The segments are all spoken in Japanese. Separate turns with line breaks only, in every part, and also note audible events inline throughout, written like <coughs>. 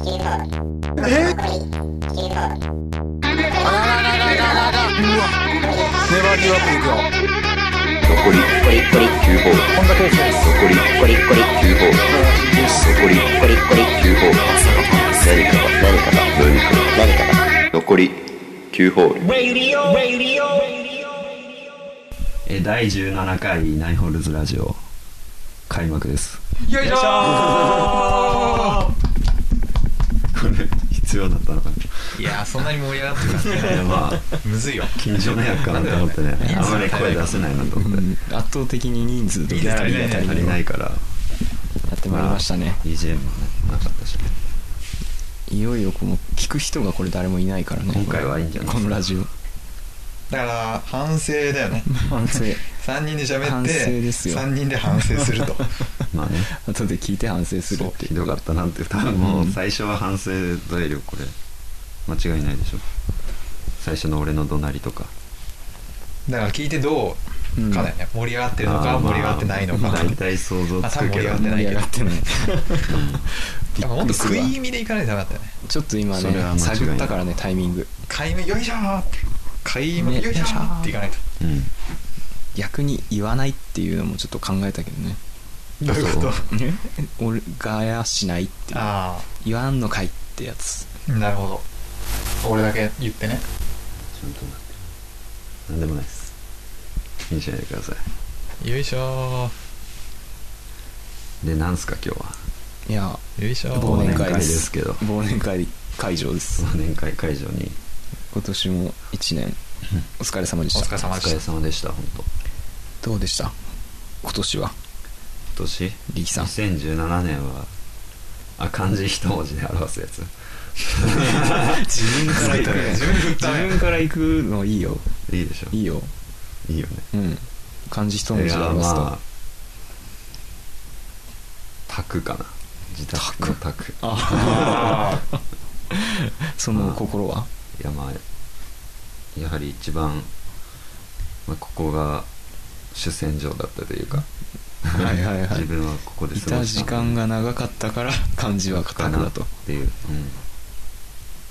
えあらららららららうわネバーギブアップいくよ
残り9ホール
本田圭佑です
残り9ホール残り9ホール何かが何かが何かが何かが残り9ホール
えー第17回ナインホールズラジオ開幕です
よいしょー
これ必要だったのか
いやーそんなに盛り上がってくる
ないやまあ
むずいよ
緊張のやつかなと思ってねあまり声出せないなと思って
圧倒的に人数と
人数
足りない
足りないから
やってまいりましたね
BGM もねなかったし
<laughs>
ね
いよいよこの聞く人がこれ誰もいないからね
今回はいいんじゃない
このラジオ
だから反省だよね
反省
3人で喋っ
反省
て
ですよ
3人で反省すると
まあね
後で聞いて反省するって
ひどかったなって多分もう最初は反省材料これ間違いないでしょ最初の俺の怒鳴りとか
だから聞いてど
う
うんかだよね盛り上がってるの
あ
か
ーまあ
盛り上がってないのか
大体想像つくけど
あ多分盛り上がってない
盛り上がってない <laughs>
やっぱもっと食
びっくりするわ
い意味でいかないとダメだったよね
ちょっと今
それは間違い
ね
ない
探ったからねタイミング
買い目よいしょーって買い目
ね
よいしょーっていかないと
うん
逆に言わないっていうのもちょっと考えたけどね
どういうこと
俺がやしないっていう
あ
言わんのかいってやつ
あなるほど俺だけ言ってね
ちゃんとなってるなんでもないです気にしないでください
よいしょ
でなんすか今日はい
や
ーよいしょ
忘
忘
年
年
ー
会
会
で
ですすけど
忘年会会場です
忘年会会場に
今年も1年お疲れ様で
お
し
疲れ
た
お
様で
疲れ
し
様でした本当今
どうでした今年は
年
力さん
2017年はあ漢字一文字で表すやつ
自分から行くね
自分で振ったね
自分から行くのいいよ
いいでしょ
いいよ
いいよね
うん漢字一文
い
字で
や
表すと、
まあ宅かな自宅の宅
た
その心はい
やまあやはり一番、まあ、ここが主戦場だったというか
はいはいはい
自分はここで
い
過ご
た
し
時
た
間が長かったから漢字は
か
硬
な
くだ
っ
と
ていう、うん、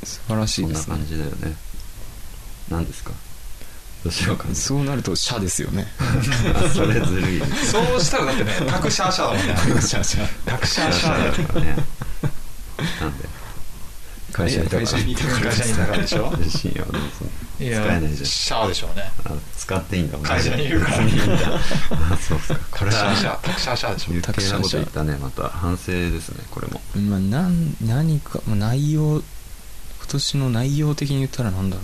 素晴らし
そ
い
ん
で
な
すね
感じだよね何ですかどうしようかな
そうなると「社」ですよね
あそれずるい
そうしたらだってねタクシャーシャーだもんね
「社」「社」
タクシャーシャーだよ
だからねなんで会社にいたから
会社にいたから
会社にいたからでしょ
深夜はでもその
い
使えないじゃん
シャーでしょうね
あ使っていいんだもん
会社にいるから
別にいいんだあそうっすかこ
タ
れ
クシャ
は
ーシャータクシャーシャーでしょ
余計なこと言ったねまた反省ですねこれも
まあ、なん何か、まあ、内容今年の内容的に言ったらなんだろ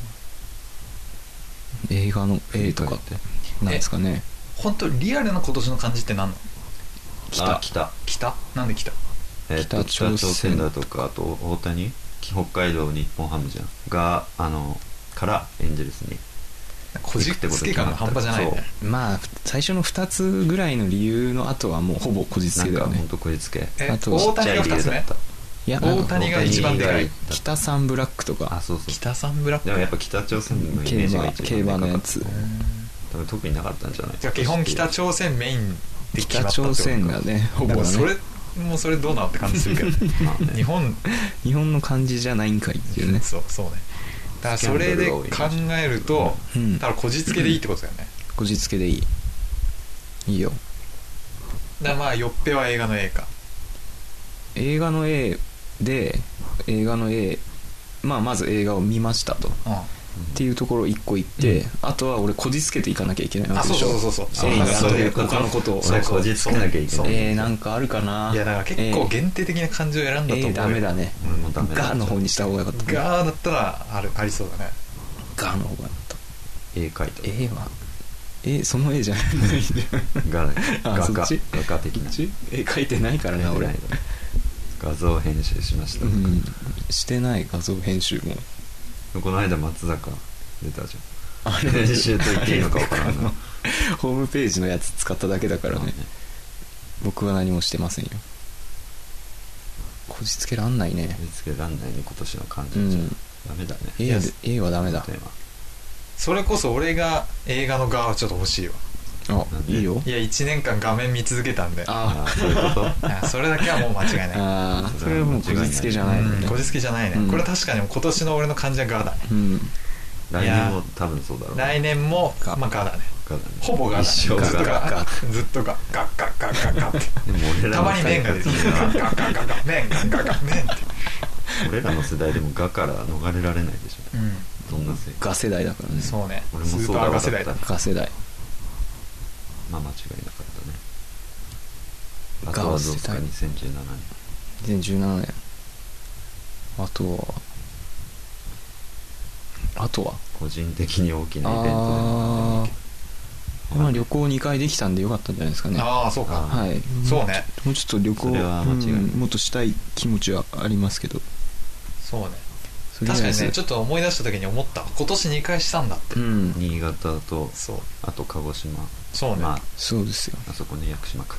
う映画の A とかってなんですかね
本当リアルな今年の感じって何の
あ来た
北なんで北
えっと
北朝鮮
北朝鮮だとかあと大谷北海道日本ハムじゃんがあのからエンジェルスに
こじつけ感が半端じゃないね
まあ最初の2つぐらいの理由の後はもうほぼこじつ
な
け
ん
だ
か
よ
ほん
ね
とこじつけ
え
あと
大
ちっちゃ
谷
い
が
理由
2つ
だ
目
った
いやなん
大
か
谷が一番でかい
北サンブラックと
あ
か
そうそう
北サンブラック
でもやっぱ北朝鮮のイメ
競
ージが
馬
一番
競馬のや
で
つ
かかった多分特になかったんじゃない
じゃあ基本北朝鮮メインで決ま
北
ったってこと
朝
か
鮮がねほ
だ
ぼ
から
だ
そ
ね
れもうそれどうなって感じするけ <laughs> ど
まあね
日本
日本の感じじゃないんかいっていうね
そうそうねだからそれで考えると
うん
だからこじつけでいいってことだよね
こじつけでいいいいよ
だからまあよっぺは映画の映画
映画の A で映画の A まあまず映画を見ましたと
う
っていうところ一個行って、あとは俺こじつけていかなきゃいけない
ん
わ
あ
けで
そう
しょ
そうそうそう
繊維
あ
が
そういうこと
他のことを
そうこじつけなきゃいけない
えー、なんかあるかない
やだから結構
えー
限定的な感じを選んだと思うよ、
えーダメだね
俺もダメだ
ガーの方にした方がよかった
ガーだったらあるありそうだね
ガーの方がよかった
絵描いた
A は A その A じゃない
ガラ
あ
画
そっ
家
ち
画家的な
A 書いてないからね俺
画像編集しました
う、んしてない画像編集も
この間松坂出たじゃ
あ
ん編集と言っていいのか分からんな
ホームページのやつ使っただけだからね僕は何もしてませんよこじつけらんないね
見つけらんないね今年の感じじゃ、
うん
ダメだね
A,
いや
で A はダメだ
テーマ
それこそ俺が映画のガーはちょっと欲しいわ
あ
なんで
いいよ
いや1年間画面見続けたんで
あ
あそういうこと
<laughs> あそれだけはもう間違いない
<laughs> あーそれはもうこじつけじゃない
うんこじつけじゃないね、
うん
これ確かに今年の俺の感じはガーだね
うん
来年も多分そうだろう
来年もまあガーだね
ガだね
ほぼガ
一
ーだね
生
ずっと
ガ
ガーずっとガーガッガッガッガッガッって
でも俺ら
た
の
まに麺が出てきてガッガッガッガッガッ麺ガッガッガッ麺って
俺らの世代でもガから逃れられないでしょ
う
どんな世界
ガ世代だからね
んそうね
俺も
スーパ
そうだ
ー
わ
ガ世代だ
だっ
ガ世代
まあ間違いなかったねあ
ガ
とはどうですか
世代
2017年
2017年あとはあとは
個人的に大きなイベントでも
ああ
あ
まあ旅行2回できたんでよかったんじゃないですかね
ああそうか
あ
はい
そうね
もうちょっと旅行
それは間違いない
うんもっとしたい気持ちはありますけど
そうね
とりあ
確か
え
に
ず
ねちょっと思い出した時に思った今年2回したんだって
うん
新潟と
そう
あと鹿児島
そうね
まあ
そうですよ
あそこね屋久島か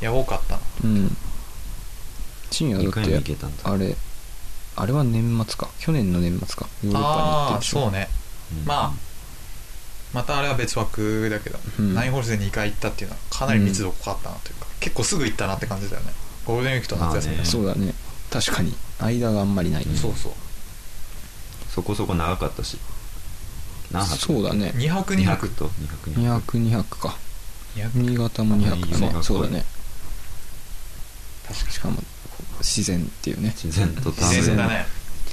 いや多かったな
うん深夜
2
だ
回も
っ
行
て
けたんだ
あれあれは年末か去年の年末かヨーロッパに行って
あ
る
あ
でしょ
そうね
うん
まあまたあれは別枠だけど、
うん
ナインホールズで2回行ったっていうのはかなり密度濃かったなというか、結構すぐ行ったなって感じだよねゴールデンウィークと夏休みだし、
そうだね確かに間があんまりない、
そうそう
そこそこ長かったし何泊
そうだね
2泊2
2
泊
泊と2泊2
200、200か
2泊
新潟も200だね
あいいよ
そうだね
確か
しかもこう自然っていうね
自然と
に
戯
自然
れ
だ
る
ね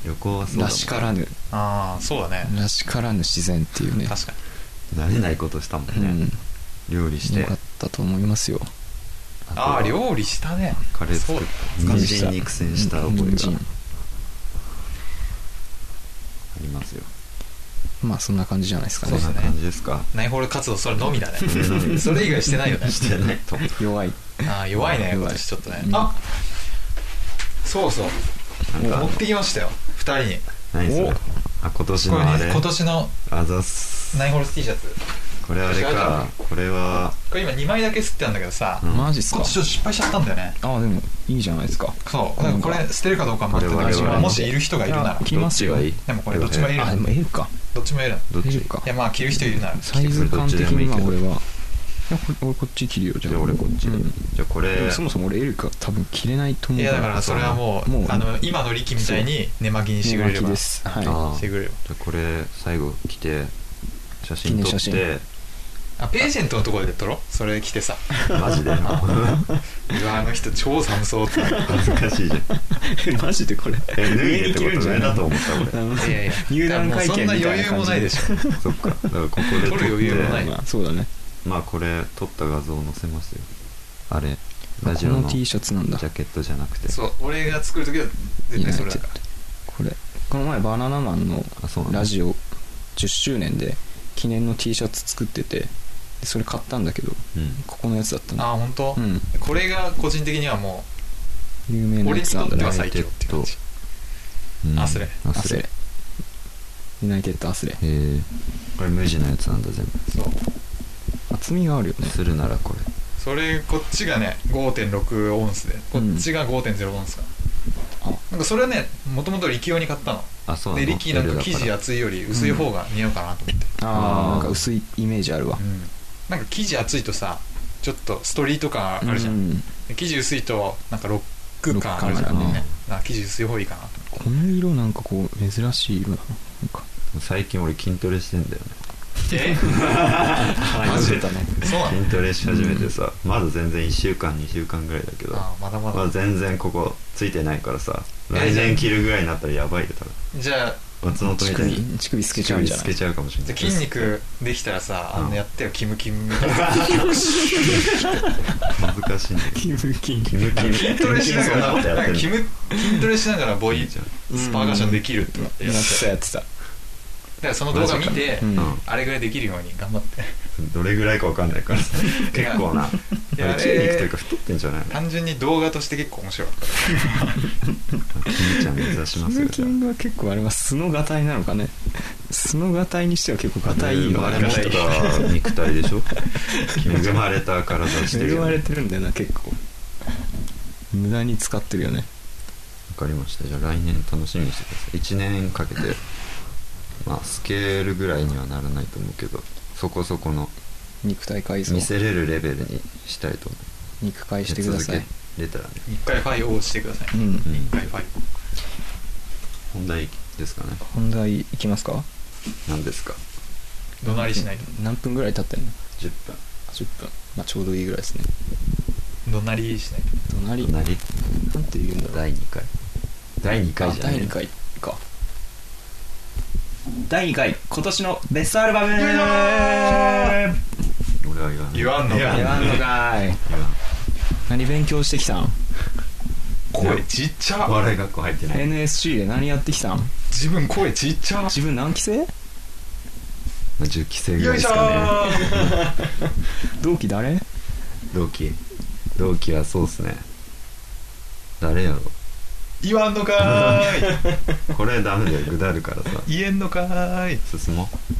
旅行はそうだもん
らしからぬ
ああそうだね、
らしからぬ自然っていうね
確かに
慣れないことしたもん
う
ね
ん
料理し
よ
て
かったと思いますよ
と
あ
は
あ料理したね
カレー作っ
そう
た人参に苦戦した覚え
う
が
ん
ありますよ
まあそんな感じじゃないですか
そ
ね
んな感じで
<laughs>
すか
ナインホール活動それのみだね
それのみ
それ以外してないよね
してないと思う
弱い
ああ弱いね
弱い
今年ちょっとね、
うん
あそうそう
なんか
持ってきましたよ2人に
何それ
お
あ今年
これ
のあ
ね
れ
今年の
あざっす
ナインホールズ T シャツ
これあれかこれは
これ今2枚だけ吸ってあるんだけどさ、
うん
マジっす
こ
か
っちちょっと失敗しちゃったんだよね
ああでもいいじゃないですか
そうだからこれ捨てるかどうかもって
これ我
たし
々
ま
の
あもしいる人がいるなら
いや来ますよ
どっちがいい
でもこれどっちもいい
あでも L か
どっちもいる
どっ
L
ち
か
いやまあ着る人いるなら
サイズ感的には俺はいやこれ俺こっち切るよじゃ
じ
あ
ゃあ俺こっち
う
で
ん
じゃあこ
で
れ
もそもそも俺 L か多分切れないと思
いうやだからそれはもう
もう
あの今の力みたいに寝巻きにしてくれれ
寝巻き
ば
ですはい
あ
してくれれば
じゃあこれ最後来て写真撮っ
記念
て
あページェントのところで撮ろうそれ着てさ
マジで
うわあの人超寒そうってい
恥ずかしいじゃん
<laughs> マジでこれ
え脱いでってこと上だと思った
やいやいや
入団会見みたいな感じ
そんな余裕もないでしょ
俺そっかだからここで撮
撮る余裕もな
っ
い
て
まあそうだね
まあこれ撮った画像を載せますよあれ
こ
ラジオの
の
ジ
T シャツなんだ
ャケットじゃなくて
そう俺が作る時は絶対それだから
これこの前バナナマンの
あそうなの
ラジオ10周年で記念の T シャツ作っててでそれ買ったんだけど
うん
ここのやつだったの
ああ本当、
うん
これが個人的にはも
有名
う
な
俺
や
に
つ
と
な
っ
んだ
ては
ね
最強って感じ
うん
アスレ
ア
アス
スレ
レユナイテッドアスレ
えーこれ無地のやつなんだ全部
そう
厚みがあるよね
するならこれ
それこっちがね5.6オンスでこっちが5.0オンスか、
あ
なんかそれはねもともと力用に買ったの
あそうな
で
の
リキなんか生地
や
厚いより薄い方が似合うかなと思って、
あ
あー
あなんか薄いイメージあるわ
うんなんか生地厚いとさちょっとストリート感あるじゃん、
う
で
ん
生地薄いとなんかロック感あるじゃん
ロック感ある
ねなんか生地薄い方がいいかなと思
この色なんかこう珍しい色だななんか
最近俺筋トレしてんだよね
ってえ <laughs> マ
マジ
ジ
で
で
だね
そうなの
筋トレし始めてさまだ全然1週間2週間ぐらいだけど
あーまだま
ま
だ
だ全然ここついてないからさ
え
来年着るぐらいになったらやばいよ多分
じゃあ
松本
乳
みたい
首
に
乳首透けちゃうんじゃな
乳首
い
つけちゃうかもしれ
じ
な
ゃあ
い
筋肉できたらさあ
う
の
ん
やってよキムキムみたいな
恥ずかしいんだけど
キムキン
ムキム
筋トレしながら
やっ
なん
て
か
んの
キム筋トレしながらボ
い
イ
いじゃん
スパーカッションできるってなって
やってたやってた
だからその動画見て、
うん
うん
あれぐらいできるように頑張って
どれぐらいかわかんないからさ結構なあ
いや
れ筋肉というか太ってんじゃないの
単純に動画として結構面白かっ
キムちゃん目指し
キ
ますよ
ム
じ
キ
ゃあ
ングは結構あれは素のがたいなのかね素のがたいにしては結構がたいよ
恵
ね
まれた肉体でしょ恵まれた体してる
恵
よ
ま
ね
れてるんだよな結構無駄に使ってるよね
わかりましたじゃあ来年楽しみにしてください1年かけてまあスケールぐらいにはならないと思うけどそこそこの
肉体改造
見せれるレベルにしたいと思
肉
う
解してください
続けれたらね
一回ファイをしてください、一
うん
うん
回ファイ
本題ですかね
本題いきますか
何ですか
怒鳴りしないと
何分ぐらい経ってんの
10分
10分まあちょうどいいぐらいですね
怒鳴りしないと
隣なん
隣
て言うんだろう
第2回第2回
あ
じゃない
第2回か
第2回今年のベストアルバム言
俺は言わない
言わんの
言わ
か
ん
わんのかい
言わん
何勉強してきたん
声ちっちゃ
笑い学校入ってない
NSC で何やってきたん
自分声ちっちゃ
自分何期生
まあ10期生ぐら
よ
い
いし
です
ょ
かね
ー
同期誰
同期同期はそうっすね誰やろ
<laughs> 言わんのかーい
これダメだよぐだるからさ
言えんのかーい
進もう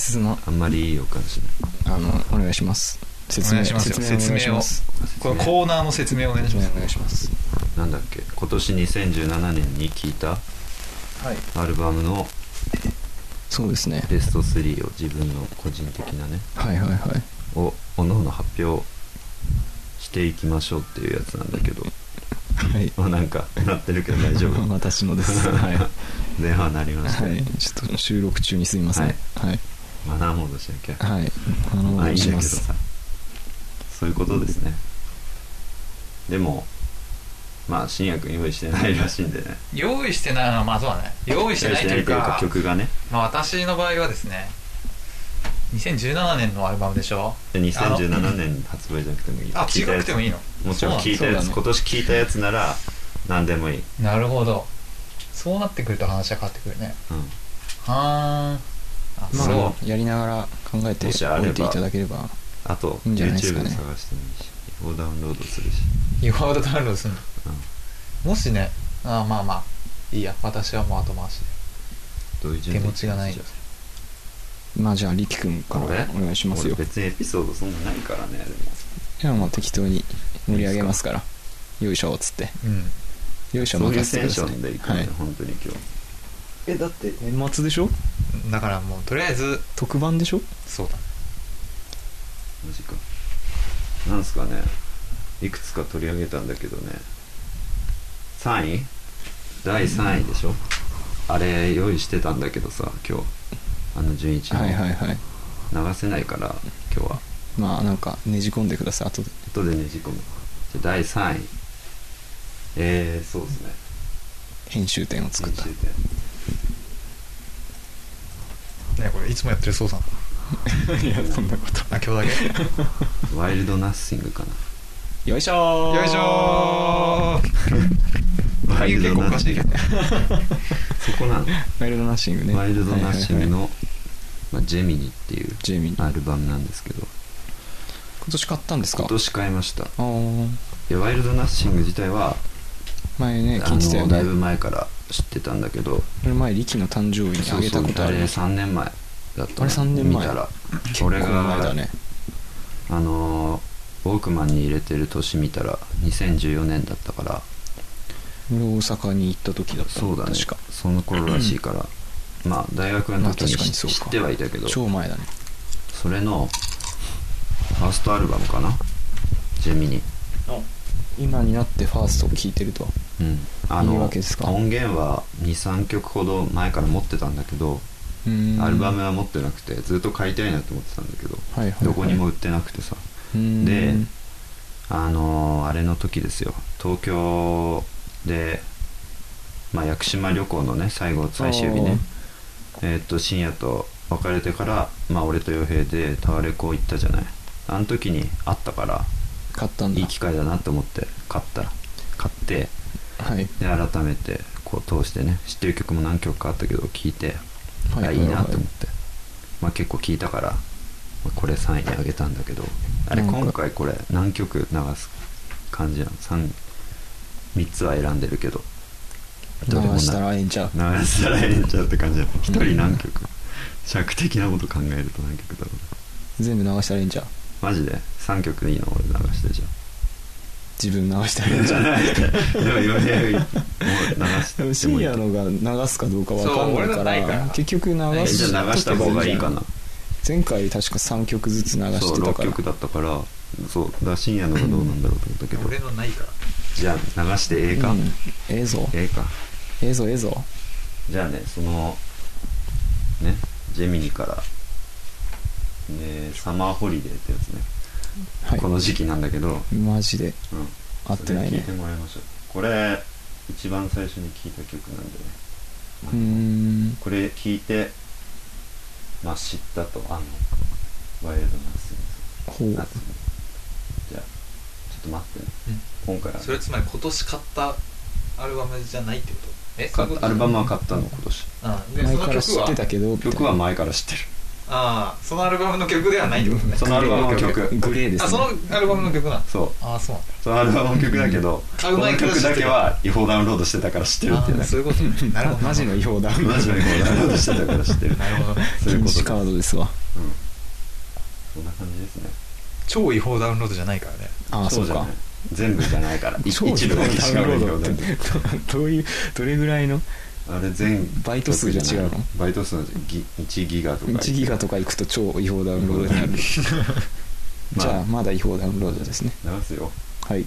進ま
あんまりいい予感しな
あ
い
のお願いします説
お願
明
いしますよ
説明お願いします
このコーナーの説明お願いし
説
ます
明お願いします
なんだっけ今年2017年に聴いた
はい
アルバムの
そうですね
ベスト3を自分の個人的なね
はいはいはい
を各々発表していきましょうっていうやつなんだけど
はい
まあなんかなってるけど大
<laughs>
丈夫
<laughs> 私のです
<laughs>
はい、は
前半なりましたね、
い、ちょっと収録中にすいません
はい
はい
マナーモードしなきゃ
はいあのお
まあい
願
いん
いしま
だけど
す
さそういうことですねでもまあ新薬用意してないらしいんでね
用意してないのはまあそうだね用意してないというか
曲がね
まあ私の場合はですね2017年のアルバムでしょ
で2017年発売じゃなくてもいい
あ
聞
違
いたや
く
つ
てもいいの
もちろん聞いた
そう
や
だ
つ、
ね
今年聞いたやつなら何でもいい、
なるほどそうなってくると話は変わってくるね
う
はーんあ
ま
そう
あやりながら考えて
もしあれば
おいていただければ
ん、あと
いいんじゃ
YouTube
ない
で
ですかね
探してもいいしをダウンロードするし
違法だとダウンロードするの、
う
もしねあまあまあいいや私はもう後回し
どういう
で
順
手
番
持ちがない
じゃ
まあじゃありきくんから
あ俺
お願いしますよ
俺別にエピソードそんなないからねでも
いやまあ適当に盛り上げますからよいしょっつって
うん
よいしょ
そういう
任せ
テ
てく
ン
だ
シ
さ
ョ
い
ンでいくね、
はい
本当に今日
えだって年末でしょ
だからもうとりあえず
特番でしょ
そうだ
マジかなんすかねいくつか取り上げたんだけどね3位第3位でしょ、あれ用意してたんだけどさ今日あの純一の
はい
流
はいはい
せないから、今日は
まあなんかねじ込んでください後で
後でねじ込むじゃあ第3位えー、そうですね
編集点を作った
編集点
ねこれいつもやってる操作
いやそんなこ
なのあ今日だ
ワイルドナッシングか
とよいし
け
ょ
<laughs>
ー
よいしょー
なワイル
結
ド
構お
ナッ
かし
シ
い
ン
け
グ
どね
そこなの、
ワイルドナッシングね
ワイルドナッシン
はいはい
グ
はい
の、まあ、ジェミニっていう
ジェミニ
アルバムなんですけど
今年買ったんですか
今年買いましたい
あー
やワイルドナッシング自体は、
前ね
あ
聞いてたよ
のだいぶ
ね
前から知ってたんだけど
これ前リキの誕生日にあげたことあ
あ
る
れ3年前だったの
あれ三年前
見たら
結構
俺
前だ
が、
ね
あのウォークマンに入れてる年見たら2014年だったから
俺大阪に行った時だった
そうだね
確か
その頃らしいからまあ大学の時に
まあ確かにそう
知
か
ってはいたけど
超前だね
それのファーストアルバムかなジェミニ
今になってファーストを聞いてると
うんあ
いい
の
わけですか
音源は23曲ほど前から持ってたんだけど
うーん
アルバムは持ってなくてずっと買いたいなと思ってたんだけど
はいはいはい
どこにも売ってなくてさ
うーん
であのーあれの時ですよ東京で、まあ、屋久島旅行のね最後最終日ねえーっと深夜と別れてから、まあ、俺と洋平でタワレコ行ったじゃないあの時に会ったから
買ったんだ
いい機会だなと思って買った買って
はい
で改めてこう通してね知ってる曲も何曲かあったけど聴いて、
はい
あ
はいい
い
はい
なと思って、まあ、結構聴いたから、まあこれ3位にあげたんだけどあれ
なんか
今回これ何曲流す感じなの 3, 3つは選んでるけど
流
どれもな
したらええんちゃう
流したらええんちゃうって感じなの1人何曲尺的なこと考えると何曲だろう
全部流したらええんちゃう
マジで3曲いいの俺流してじゃん
自分流したらええんち
じ
ゃ
<laughs> ゃ
う
ないでも洋平もう流して
でも
も
深
いい
夜のが流すかどうかわかんない
そう俺
か
のないから
ら結局流
え
す
じゃあ流した方がいいかな
前回確か3曲ずつ流
そ
して
う
た
6
から
曲だったからそうだから深夜のがどうなんだろうと思ったけど
俺のないから
じゃあ流してええか、
うんええぞ
ええか
ええぞええぞ
じゃあねそのねジェミニから、ね、サマーホリデーってやつね、こ
は
の時期なんだけど、
いマジで
うん、
合ってない
それ聞い
ね
てもらいましょうこれ一番最初に聴いた曲なんでね
うーん
これ聞いてまあ知ったとあのワイルドナス
ほ
に
う
夏にじゃあちょっと待ってね、今回は
それつまり今年買ったアルバムじゃないってことえ
かアルバムは買
っ
ったの今年
たでそ
前
の
から知
曲
っ
は
てたけどみたいな
曲は前から知ってる
ああそのアルバムの曲ではないってことね
そのアルバムの曲
グレーです
あその
ね
アルバムの曲なん
そう
ああそうなんだ
そのアルバムの曲だけど、
うん
この曲だけは違法ダウンロードしてたから知ってるっていう
あ
ね
ーそういうことねなるほど
マジの違法だ
マジで違法ダウンロードしてたから知
<laughs>
ってる
なるほど
そうい
禁
うこと
止
で
カードですわ
うんそんな感じですね
超違法ダウンロードじゃないからね
ああそう
じゃな
か
い全部じゃないからい
超
一部だけし
ダ
か
ウ
勉
ンロー
強な
ド
い
ってどういうどれぐらいの
あれ全
バイト数が違うの
バイト数のギ1ギガとか
1ギガとかいくと超違法ダウンロードになるじゃあまだ違法ダウンロードですね
流すよ
はい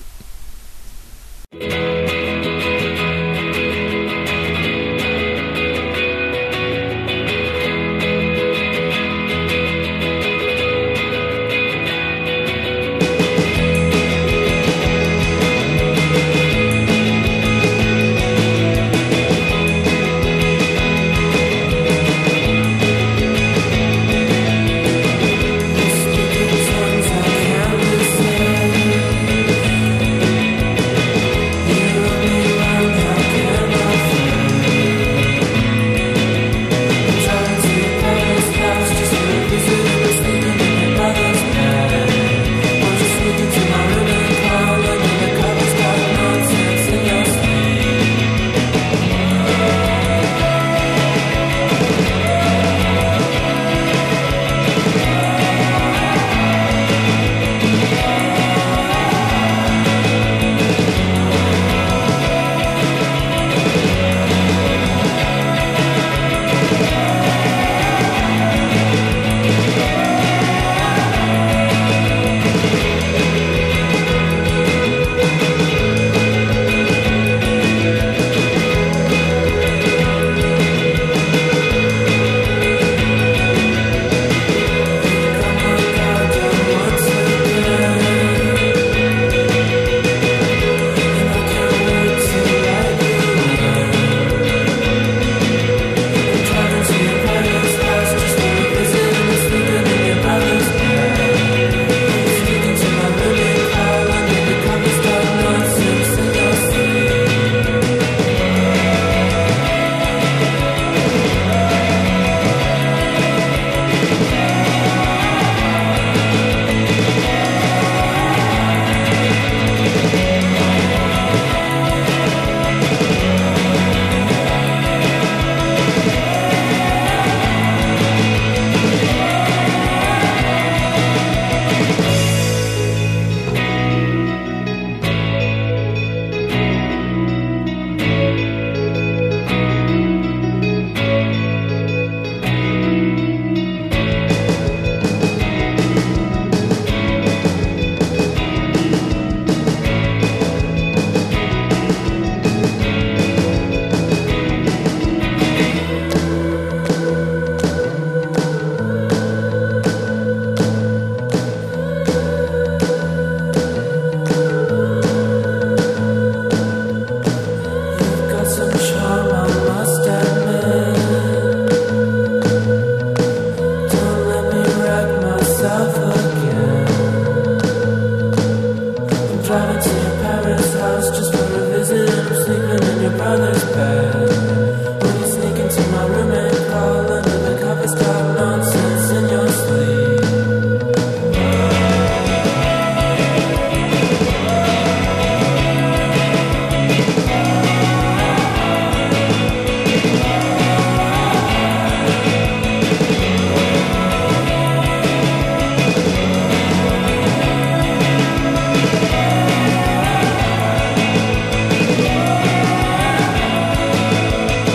Nonsense in your sleep.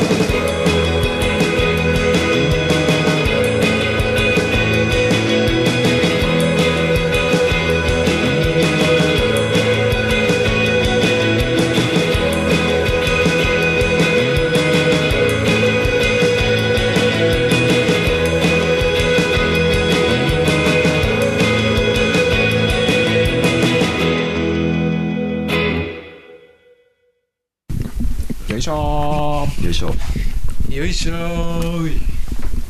Thank
よいしょー
よいしょ
よいしょーい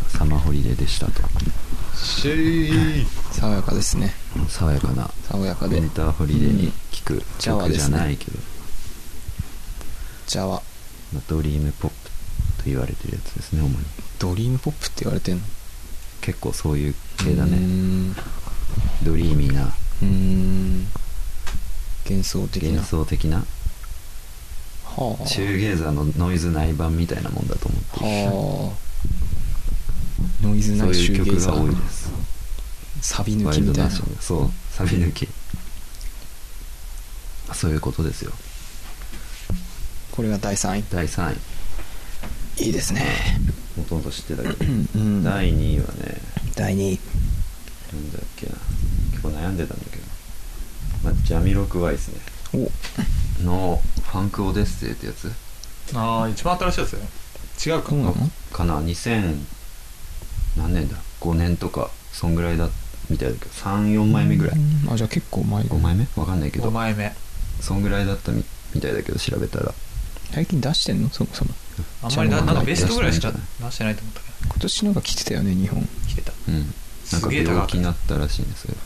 サマーホリデーでしたと
シェイ
爽やかですね
爽やかな
爽やか
ウィ
で
ンターホリデーに聴く
ジャワ
曲
で
じゃ
すね
ないけど、
じゃあ
まあドリームポップと言われてるやつですね主に
ドリームポップって言われてんの
結構そういう系だ
うー
ね
ん
ドリーミーな
うーん幻想的な
幻想的な
はあ
シューゲーザーのノイズ内版みたいなもんだと思って
はあノイズ
る
な
そう
いシ
い
ュ
う
ーゲイ
曲
ザ
が多い
ー
です
サビ抜
ワイ
きみ
ルド
たい
ナ
な
ションそうサビ抜きそういうことですよ
これが第3
第3位
位いいですね
ほとんど知ってたけ
<coughs>
ど
うん
第2位はね
第2位
なんだっけな結構悩んでたんだけど、まあ、ジャミロクワイですね
お
の「ファンクオデッセイ」ってやつ
ああ一番新しいやつだよ違うか
そうなの
かな2000何年だ5年とかそんぐらいだみたいだけど34枚目ぐらい
うんあじゃあ結構前だ
5枚目わかんないけ
5
ど
枚目
そんぐらいだったみみたいだけど調べたら
最近出してんのそもそも
あんまりななんかベストぐらいしか
じゃ
出してないと思ったけ
今年なんか来てたよね日本
ど来てた
うんなん
す
か
げえ高か
病
った
気になったらしいんですよ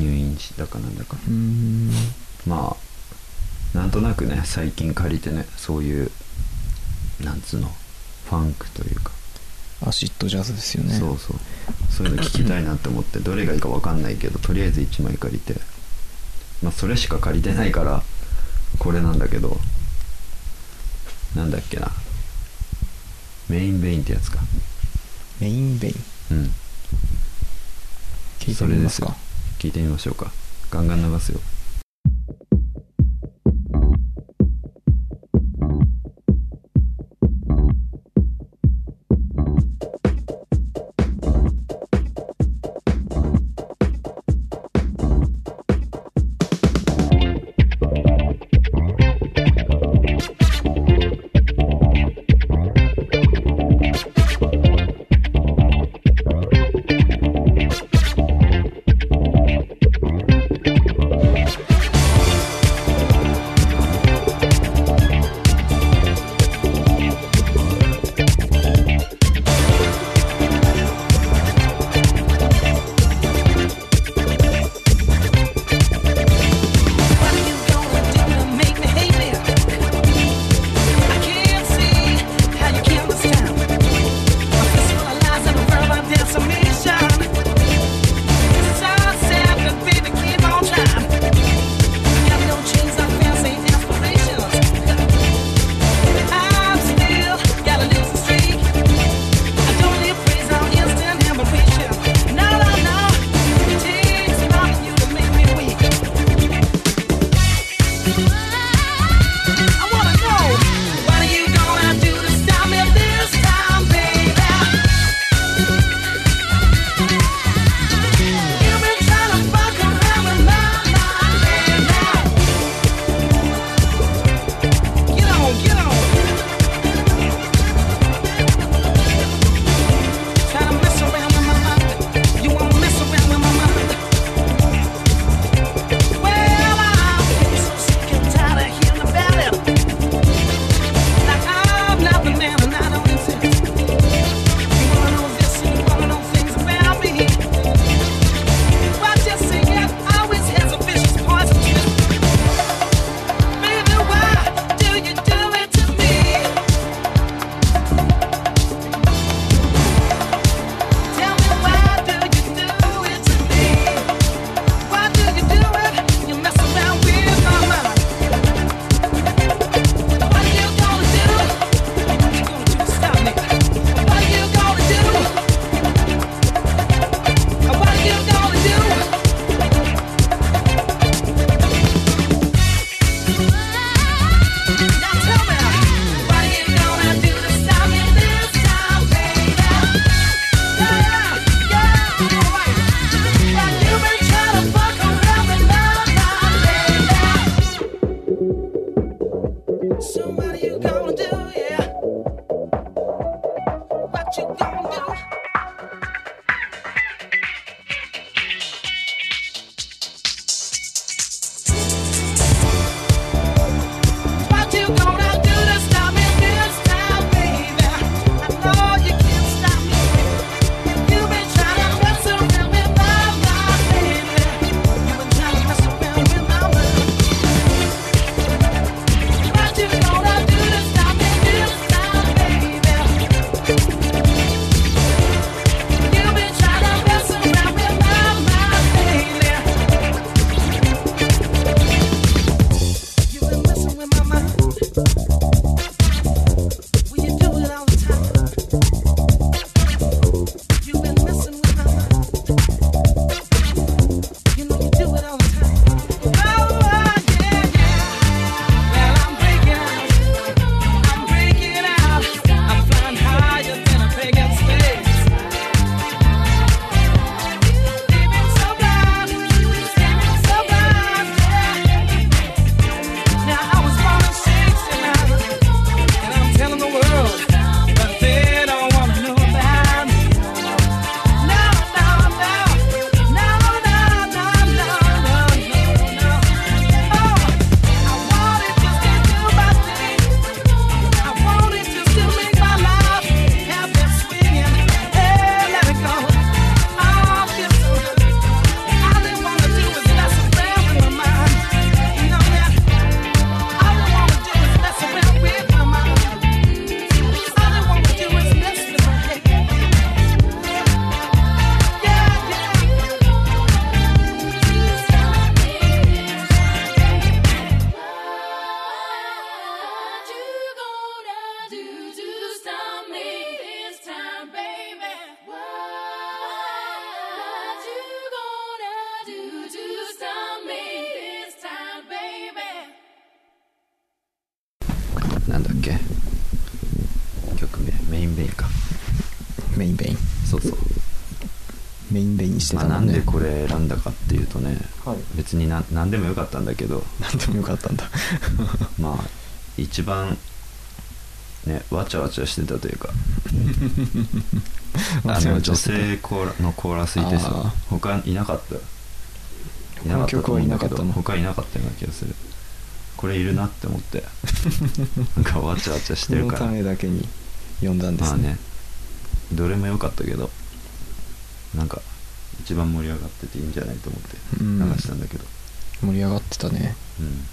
入院したかなんだか
うーん
まあなんとなくね最近借りてねそういうなんつうのファンクというか、
アシッドジャズですよね
そうそうそういうの聞きたいなと思ってどれがいいか分かんないけどとりあえず1枚借りてまあそれしか借りてないからこれなんだけどなんだっけなメインベインってやつか
メインベイン
うん
聞いてみます
そ
か
れ聞いてみましょうかガンガン流すよ
No, no, no, it takes more than you to make me weak. I wanna know what are you gonna do to stop me this time, baby? You've been trying to fuck around with my mind, baby. Get on, get on. Try to mess around with my mind. You wanna mess around with my mind? Well, I'm so sick and tired of hearing about it. Like I'm not the man and I don't exist. You wanna know this and you wanna know things about me. Why just say yes? Always has a vicious poison twist. Baby, why do you do it to me? Tell me why do you do it to me? Why do you do it? You mess around with my mind. What are you gonna do? What you gonna do to stop me? What are you gonna do? What are you gonna do? Now tell me, what are you gonna do to stop me this time, baby? Yeah, yeah, alright. Like you've been trying to fuck around with my mind, So what are you gonna do, yeah? What you gonna do? What you gonna do? Oh,
なんだっけ曲名メインベインか
メインベイン
そうそう、
メインベインして
ま
た
あ、
も
なんん
ね
でこれ選んだかっていうとね、
はい
別にな何でもよかったんだけ <laughs> ど
なんでもよかったんだ
まあ一番ねわちゃわちゃしてたというか <laughs> あの女性コーラのコーラスいて
あ
さ
ー
他いなかったよい
他の曲はいなかった
と
の
思うんだけど他いなかったような気がするこれいるなって思って <laughs> なんかわちゃわちゃして
そ
る
の
か
た
ら
めだけに呼んだんで
ますあねどれも良かったけどなんか一番盛り上がってていいんじゃないと思って
うん
流したんだけど、
盛り上がってたね
うん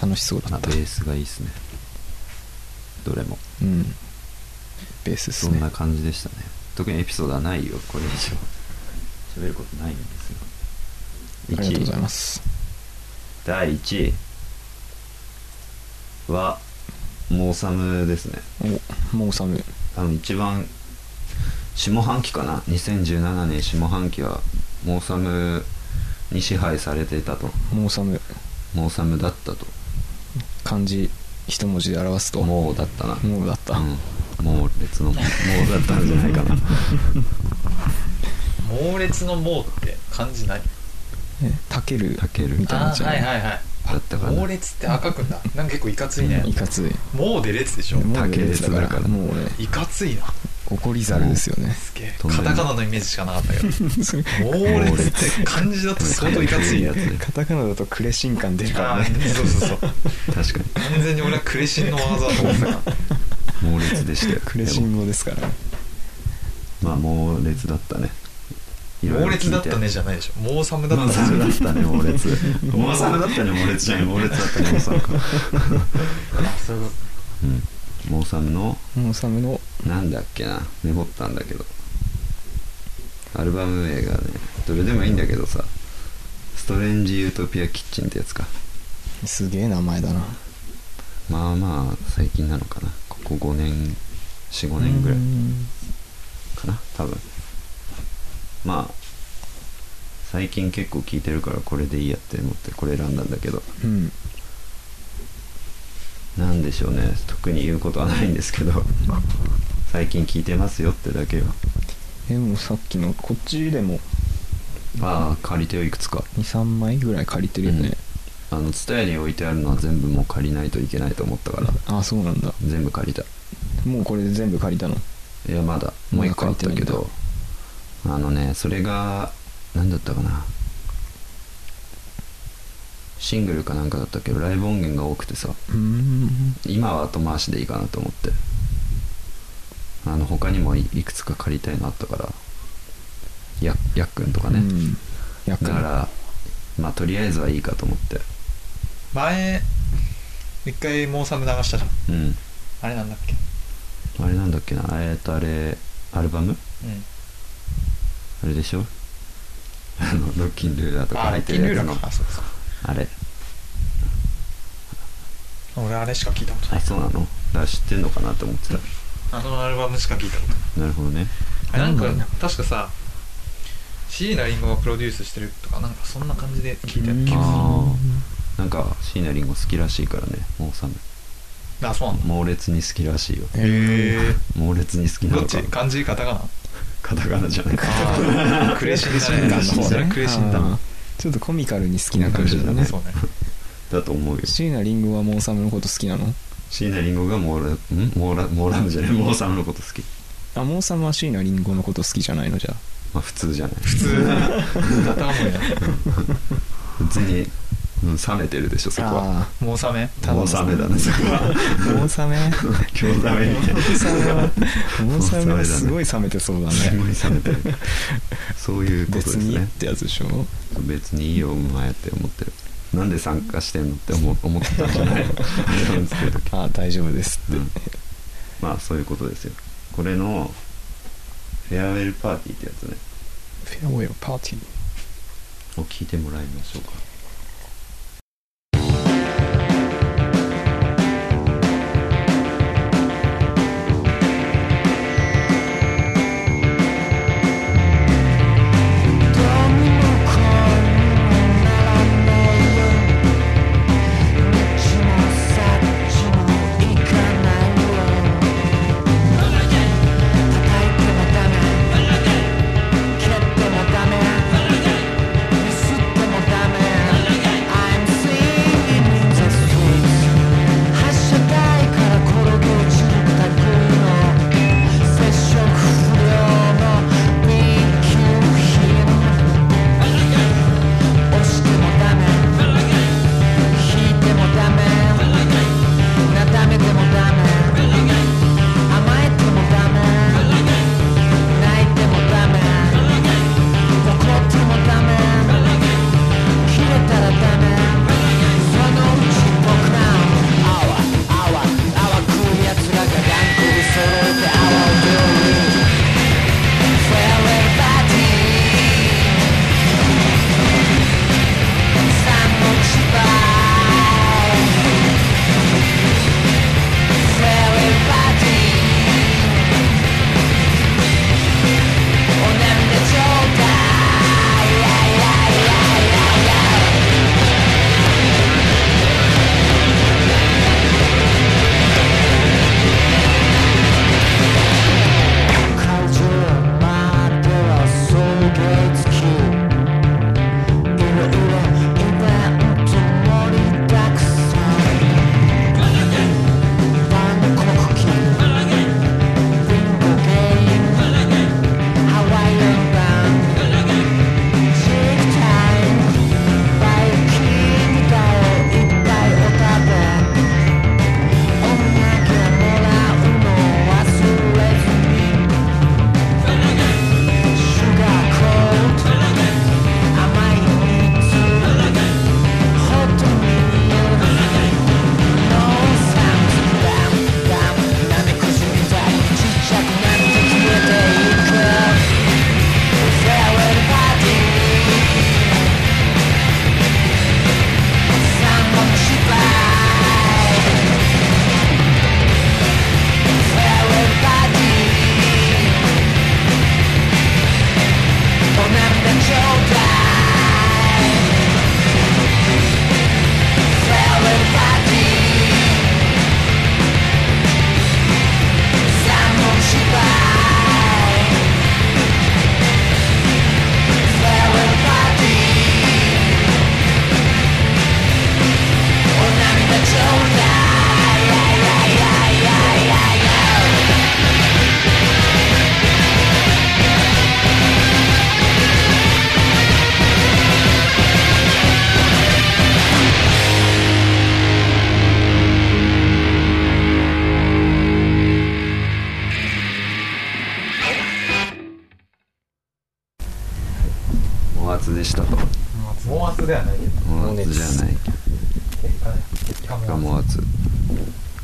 楽しそうだ
まあ
っ
ベ
た
ースがいいっすねどれも
うんベースです
そん
ね
な感じでしたね特にエピソードはないよこれ以上喋ることないんですよ
ありがとうござい
1
ます
第1位はモーサムですね
おもう寒い
多分一番下半期かな2017年下半期はモーサムに支配されていたと
もう寒い
モーサムだったと
漢字一文字で表すとも
もうだったな
うだった、
うん、猛烈のもうだったんじゃないか
<laughs>
な
猛烈の猛って漢字何
えたける
たける
みたいな
あ
んじ
ー
ゃな
はい
い、
はいはい
だったか
猛
な
烈って赤くんだなんか結構いかついね
いかつい
猛で烈でしょ
もう
竹
列
列
だから
だから
もう俺
いかついな
怒り猿ですよね
すげえ
とんで
カ
もない
タカナのイメージしかなかったけど
そう
猛烈って漢字だと相当いかついや
やつ
<laughs> カタカナだとクレシン感出るか
あ
らね
ーそうそうそう
確か
完全に俺はクレシンの技だと思ってたから
に猛烈でしたよ
クレシン語ですからね
でもまあ猛烈だったねいろいろ
猛
聞いて
烈だったねじゃないでしょ猛サムだ
モ
っ
ー
た
サ
ね
ムだったね猛烈モーサムだったね猛烈じゃない猛烈だったねモーサムかうんモーサムの
もうサムの
なんだっけなメモったんだけどアルバム名がねどれでもいいんだけどさ「ストレンジ・ユートピア・キッチン」ってやつか
すげえ名前だな
まあまあ最近なのかなここ5年45年ぐらいかな多分まあ最近結構聴いてるからこれでいいやって思ってこれ選んだんだけど
うん
なんでしょうね特に言うことはないんですけど最近聴いてますよってだけは
えもうさっきのこっちでも
ああ借り手をいくつか
23枚ぐらい借りてるよね、
あの蔦屋に置いてあるのは全部もう借りないといけないと思ったから
あそうなんだ
全部借りた
もうこれで全部借りたの
いやまだもう一個あったけ
まだ借り
どあのねそれが何だったかなシングルかなんかだったけどライブ音源が多くてさ
うん
今は後回しでいいかなと思ってあの他にもいいくつか借りたいのあったからややっくんとかね、
うんやっ
だか
から
まあとりあえずはいいかと思って
前一回モーサム流したじゃん
うん
あれなんだっけ
あれなんだっけなえっとあれアルバム
うん
あれでしょ <laughs> あのロッキンルーラーとか
あ
入
れ
って
金
る
ルー
や
ラ
つの
ーかあそうそ
あれ
う俺あれしか聞いたこと
あ
ない
そうなのだから知ってんのかなって思ってた
あのアルバムしか聞いたことない
なるほどね
あれなんか
なんだろ
確かさ椎名林檎がプロデュースしてるとかなんかそんな感じで聞いたような気がす
ああなんか椎名林檎好きらしいからねもうさ
るあそうなんだ
猛烈に好きらしいよ
へえ
猛烈に好きな
どっ
のか
ち漢字カタカナ
カタカナじゃないか <laughs>
ああクレシンだね
クレシン感の方ね
それはクレシンだ
あーちょっとコミカルに好きな感じだね
そうね
だと思うよ
椎名林檎はモンサムのこと好きなの
椎名林檎がモーラんモーラモーラムじゃないモーサムのこと好き
あモンサムは椎名林檎のこと好きじゃないのじゃあ
まあ普通じゃない
普通だ片 <laughs> 思いだ
普通に、うん、冷めてるでしょそこは
あ
もうサメ
ー
もう冷めだねそこは
ー <laughs> モンサメ
<laughs> 今日ダメみたいな
モンサメはモンサメ
モンサメだね
はすごい冷めてそうだ
す
ね
ごい冷めてるそういうことで
別
す
にっ
ね
てやつでしょ
別にいいよお前って思ってるなんで参加してんのって <laughs> 思思ってたんじゃないのあれをつける時
あー大丈夫ですって、
うんまあそういうことですよこれのフェアウェルパーティーってやつね
フェアウェイパーティー
を聞いてもらいましょうか
「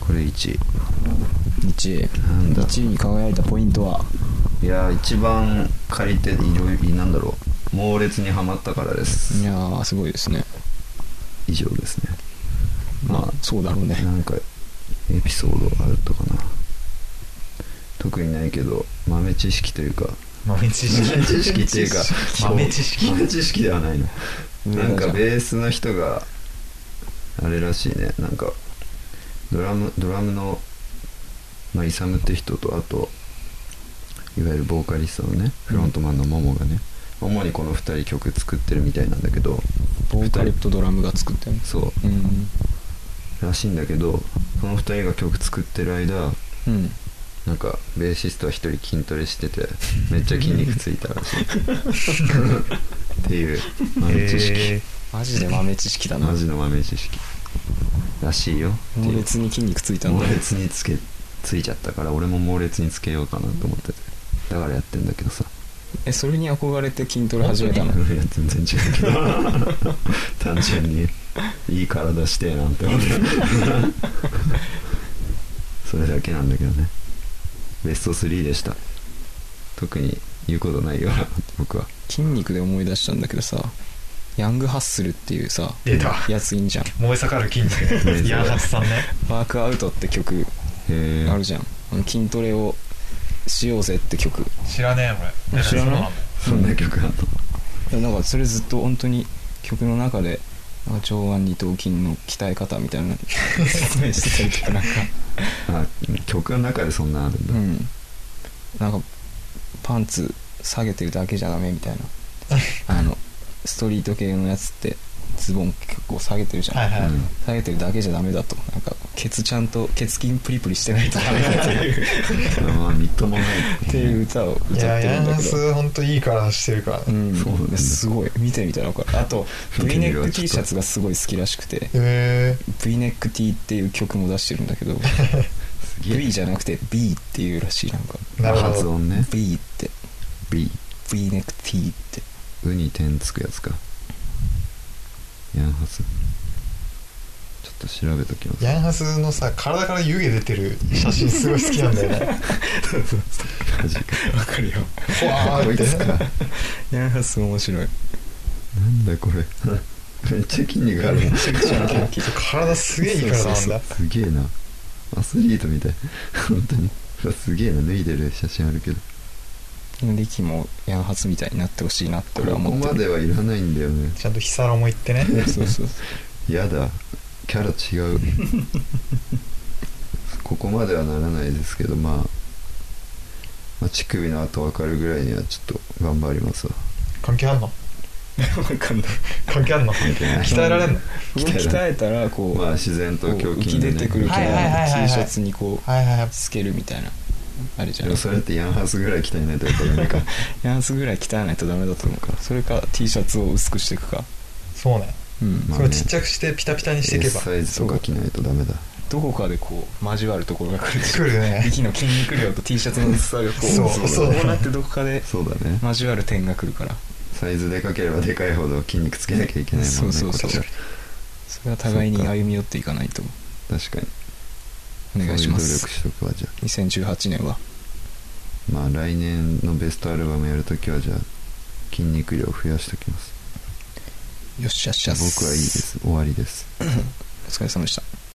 これ1
1
なんだ
1位に輝いたポイントはい
やー一番借りていろいろなんだろう猛烈にはまったからで
い
す
やーすごいですね
以上ですね
ま
ま
あそうだろうね
あなんかエピソードあったかな特にないけど豆知識というか
<laughs> 豆知識
豆知識っていうか
豆知識
豆知識ではないのなんかベースの人があれらしいねなんかドラムドラムの、まあ、イサムって人とあといわゆるボーカリストのねフロントマンのモモがね、主にこの2人曲作ってるみたいなんだけど
ボーカルとドラムが作ったよね
そう
うん
らしいんだけどその2人が曲作ってる間
うん
なんかベーシストは1人筋トレしててめっちゃ筋肉ついたらしいっていう豆知識
へ
マジで豆知識だな
マジの豆知識らしいよって
猛
いう
烈に筋肉ついたん
猛
だ
烈につけついちゃったから俺も猛烈につけようかなと思っててだからやってんだけどさ
<laughs> えそれに憧れて筋トレ始めたの
いや全然違うけ
<laughs>
ど単純にいい体してえなんて思って <laughs> それだけなんだけどねベスト3でした特に言うことないよ僕は
筋肉で思い出したんだけどさヤングハッスルっていうさ
出た
やついんじゃん
燃え盛る筋 <laughs> 肉ヤンハツさんね
ワークアウトって曲
へ
あ
え
るじゃん、あの筋トレをしようぜって曲
知らねえ俺
知らない
そうの
そんな曲あんの
なんかそれずっと本当に曲の中でなんか上腕二頭筋の鍛え方みたいな説明してたりとかなんか
あ曲の中でそんなあるん
う
だ、
んなんかパンツ下げてるだけじゃダメ
<laughs>
みたいなあのストリート系のやつってズボン結構下げてるじゃん、
はいはい
うん
下げてるだけじゃダメだとなんかケツちゃんとケツ筋プリプリしてないとダメだって
<laughs>
いう
まあみっともない
っていう歌を歌ってるん
いやヤン
だ
ハ
けど
ツ本当いい体してるから
う
ね
ん
そうなんだ
すごい見てみたら分かるあと
見て
V
み
ネ
る
ッ
わ
ク
ちょ
T
っと
シャツがすごい好きらしくて
へ
V ネック T っていう曲も出してるん
<laughs>
だけど
すげえ
V じゃなくて B っていうらしいなんか
えなるほ
発
ど
音ね
B って
B
V ネック T って
ウに点つくやつかヤンハスちょっと調べときます
ヤンハスのさ体から湯気出てる写真すごい好きなんだよね
マジか
わかるよ
ほわー
こいつか
って
ヤンハス面白い
なんだこれめっちゃ筋肉あるなす
体すげえいい体なんだ
げえなアスリートみたい本当にうわすげえな脱いでる写真あるけど
リキもヤンハスみたいになってほしいなって
こ
俺は思
こ
って
ま
る
ではいらないんだよね
ちゃんと日サロも行ってね
そうそうそう
やだキャラ
<laughs>
違うここまではならないですけどまあ、まあ、乳首の後わかるぐらいにはちょっと頑張り
<laughs>
ますわ
関係あんの
わかんない
関係あんの
係ない
鍛えられんの
鍛えられる
鍛えたらこう、
まあ自然と
こう
胸
浮
筋
き出てくる
は
系
い
の
はい
T シャツにこう
はいはいはい
透けるみたいなあれじゃ
で
ん
もそれってヤンハースぐらい鍛えないとやっぱダメ
<laughs>
か
ヤンスぐらい鍛えないとダメだと思うからそれか T シャツを薄くしていくか
そうね
うん
まあ
それをちっちゃくしてピタピタにしていけ
S
ば
サイズとか着ないとダメだ
どこかでこう交わるところが来るでしょ
来るね
息の筋肉量と T シャツの薄さがこう
そうそう
こうなってどこかで
そうだね
交わる点が来るから
サイズでかければでかいほど筋肉つけなきゃいけないもんね
そうそうそう
こっちは
それは互いに歩み寄っていかないと
確かに
お願いしま
そう
す
いう努力しとくわじゃあ
2018年は
まあ来年のベストアルバムやるときはじゃあ筋肉量増やしておきます
よっしゃよっしゃ
僕はいいです終わりです
お疲れ様でした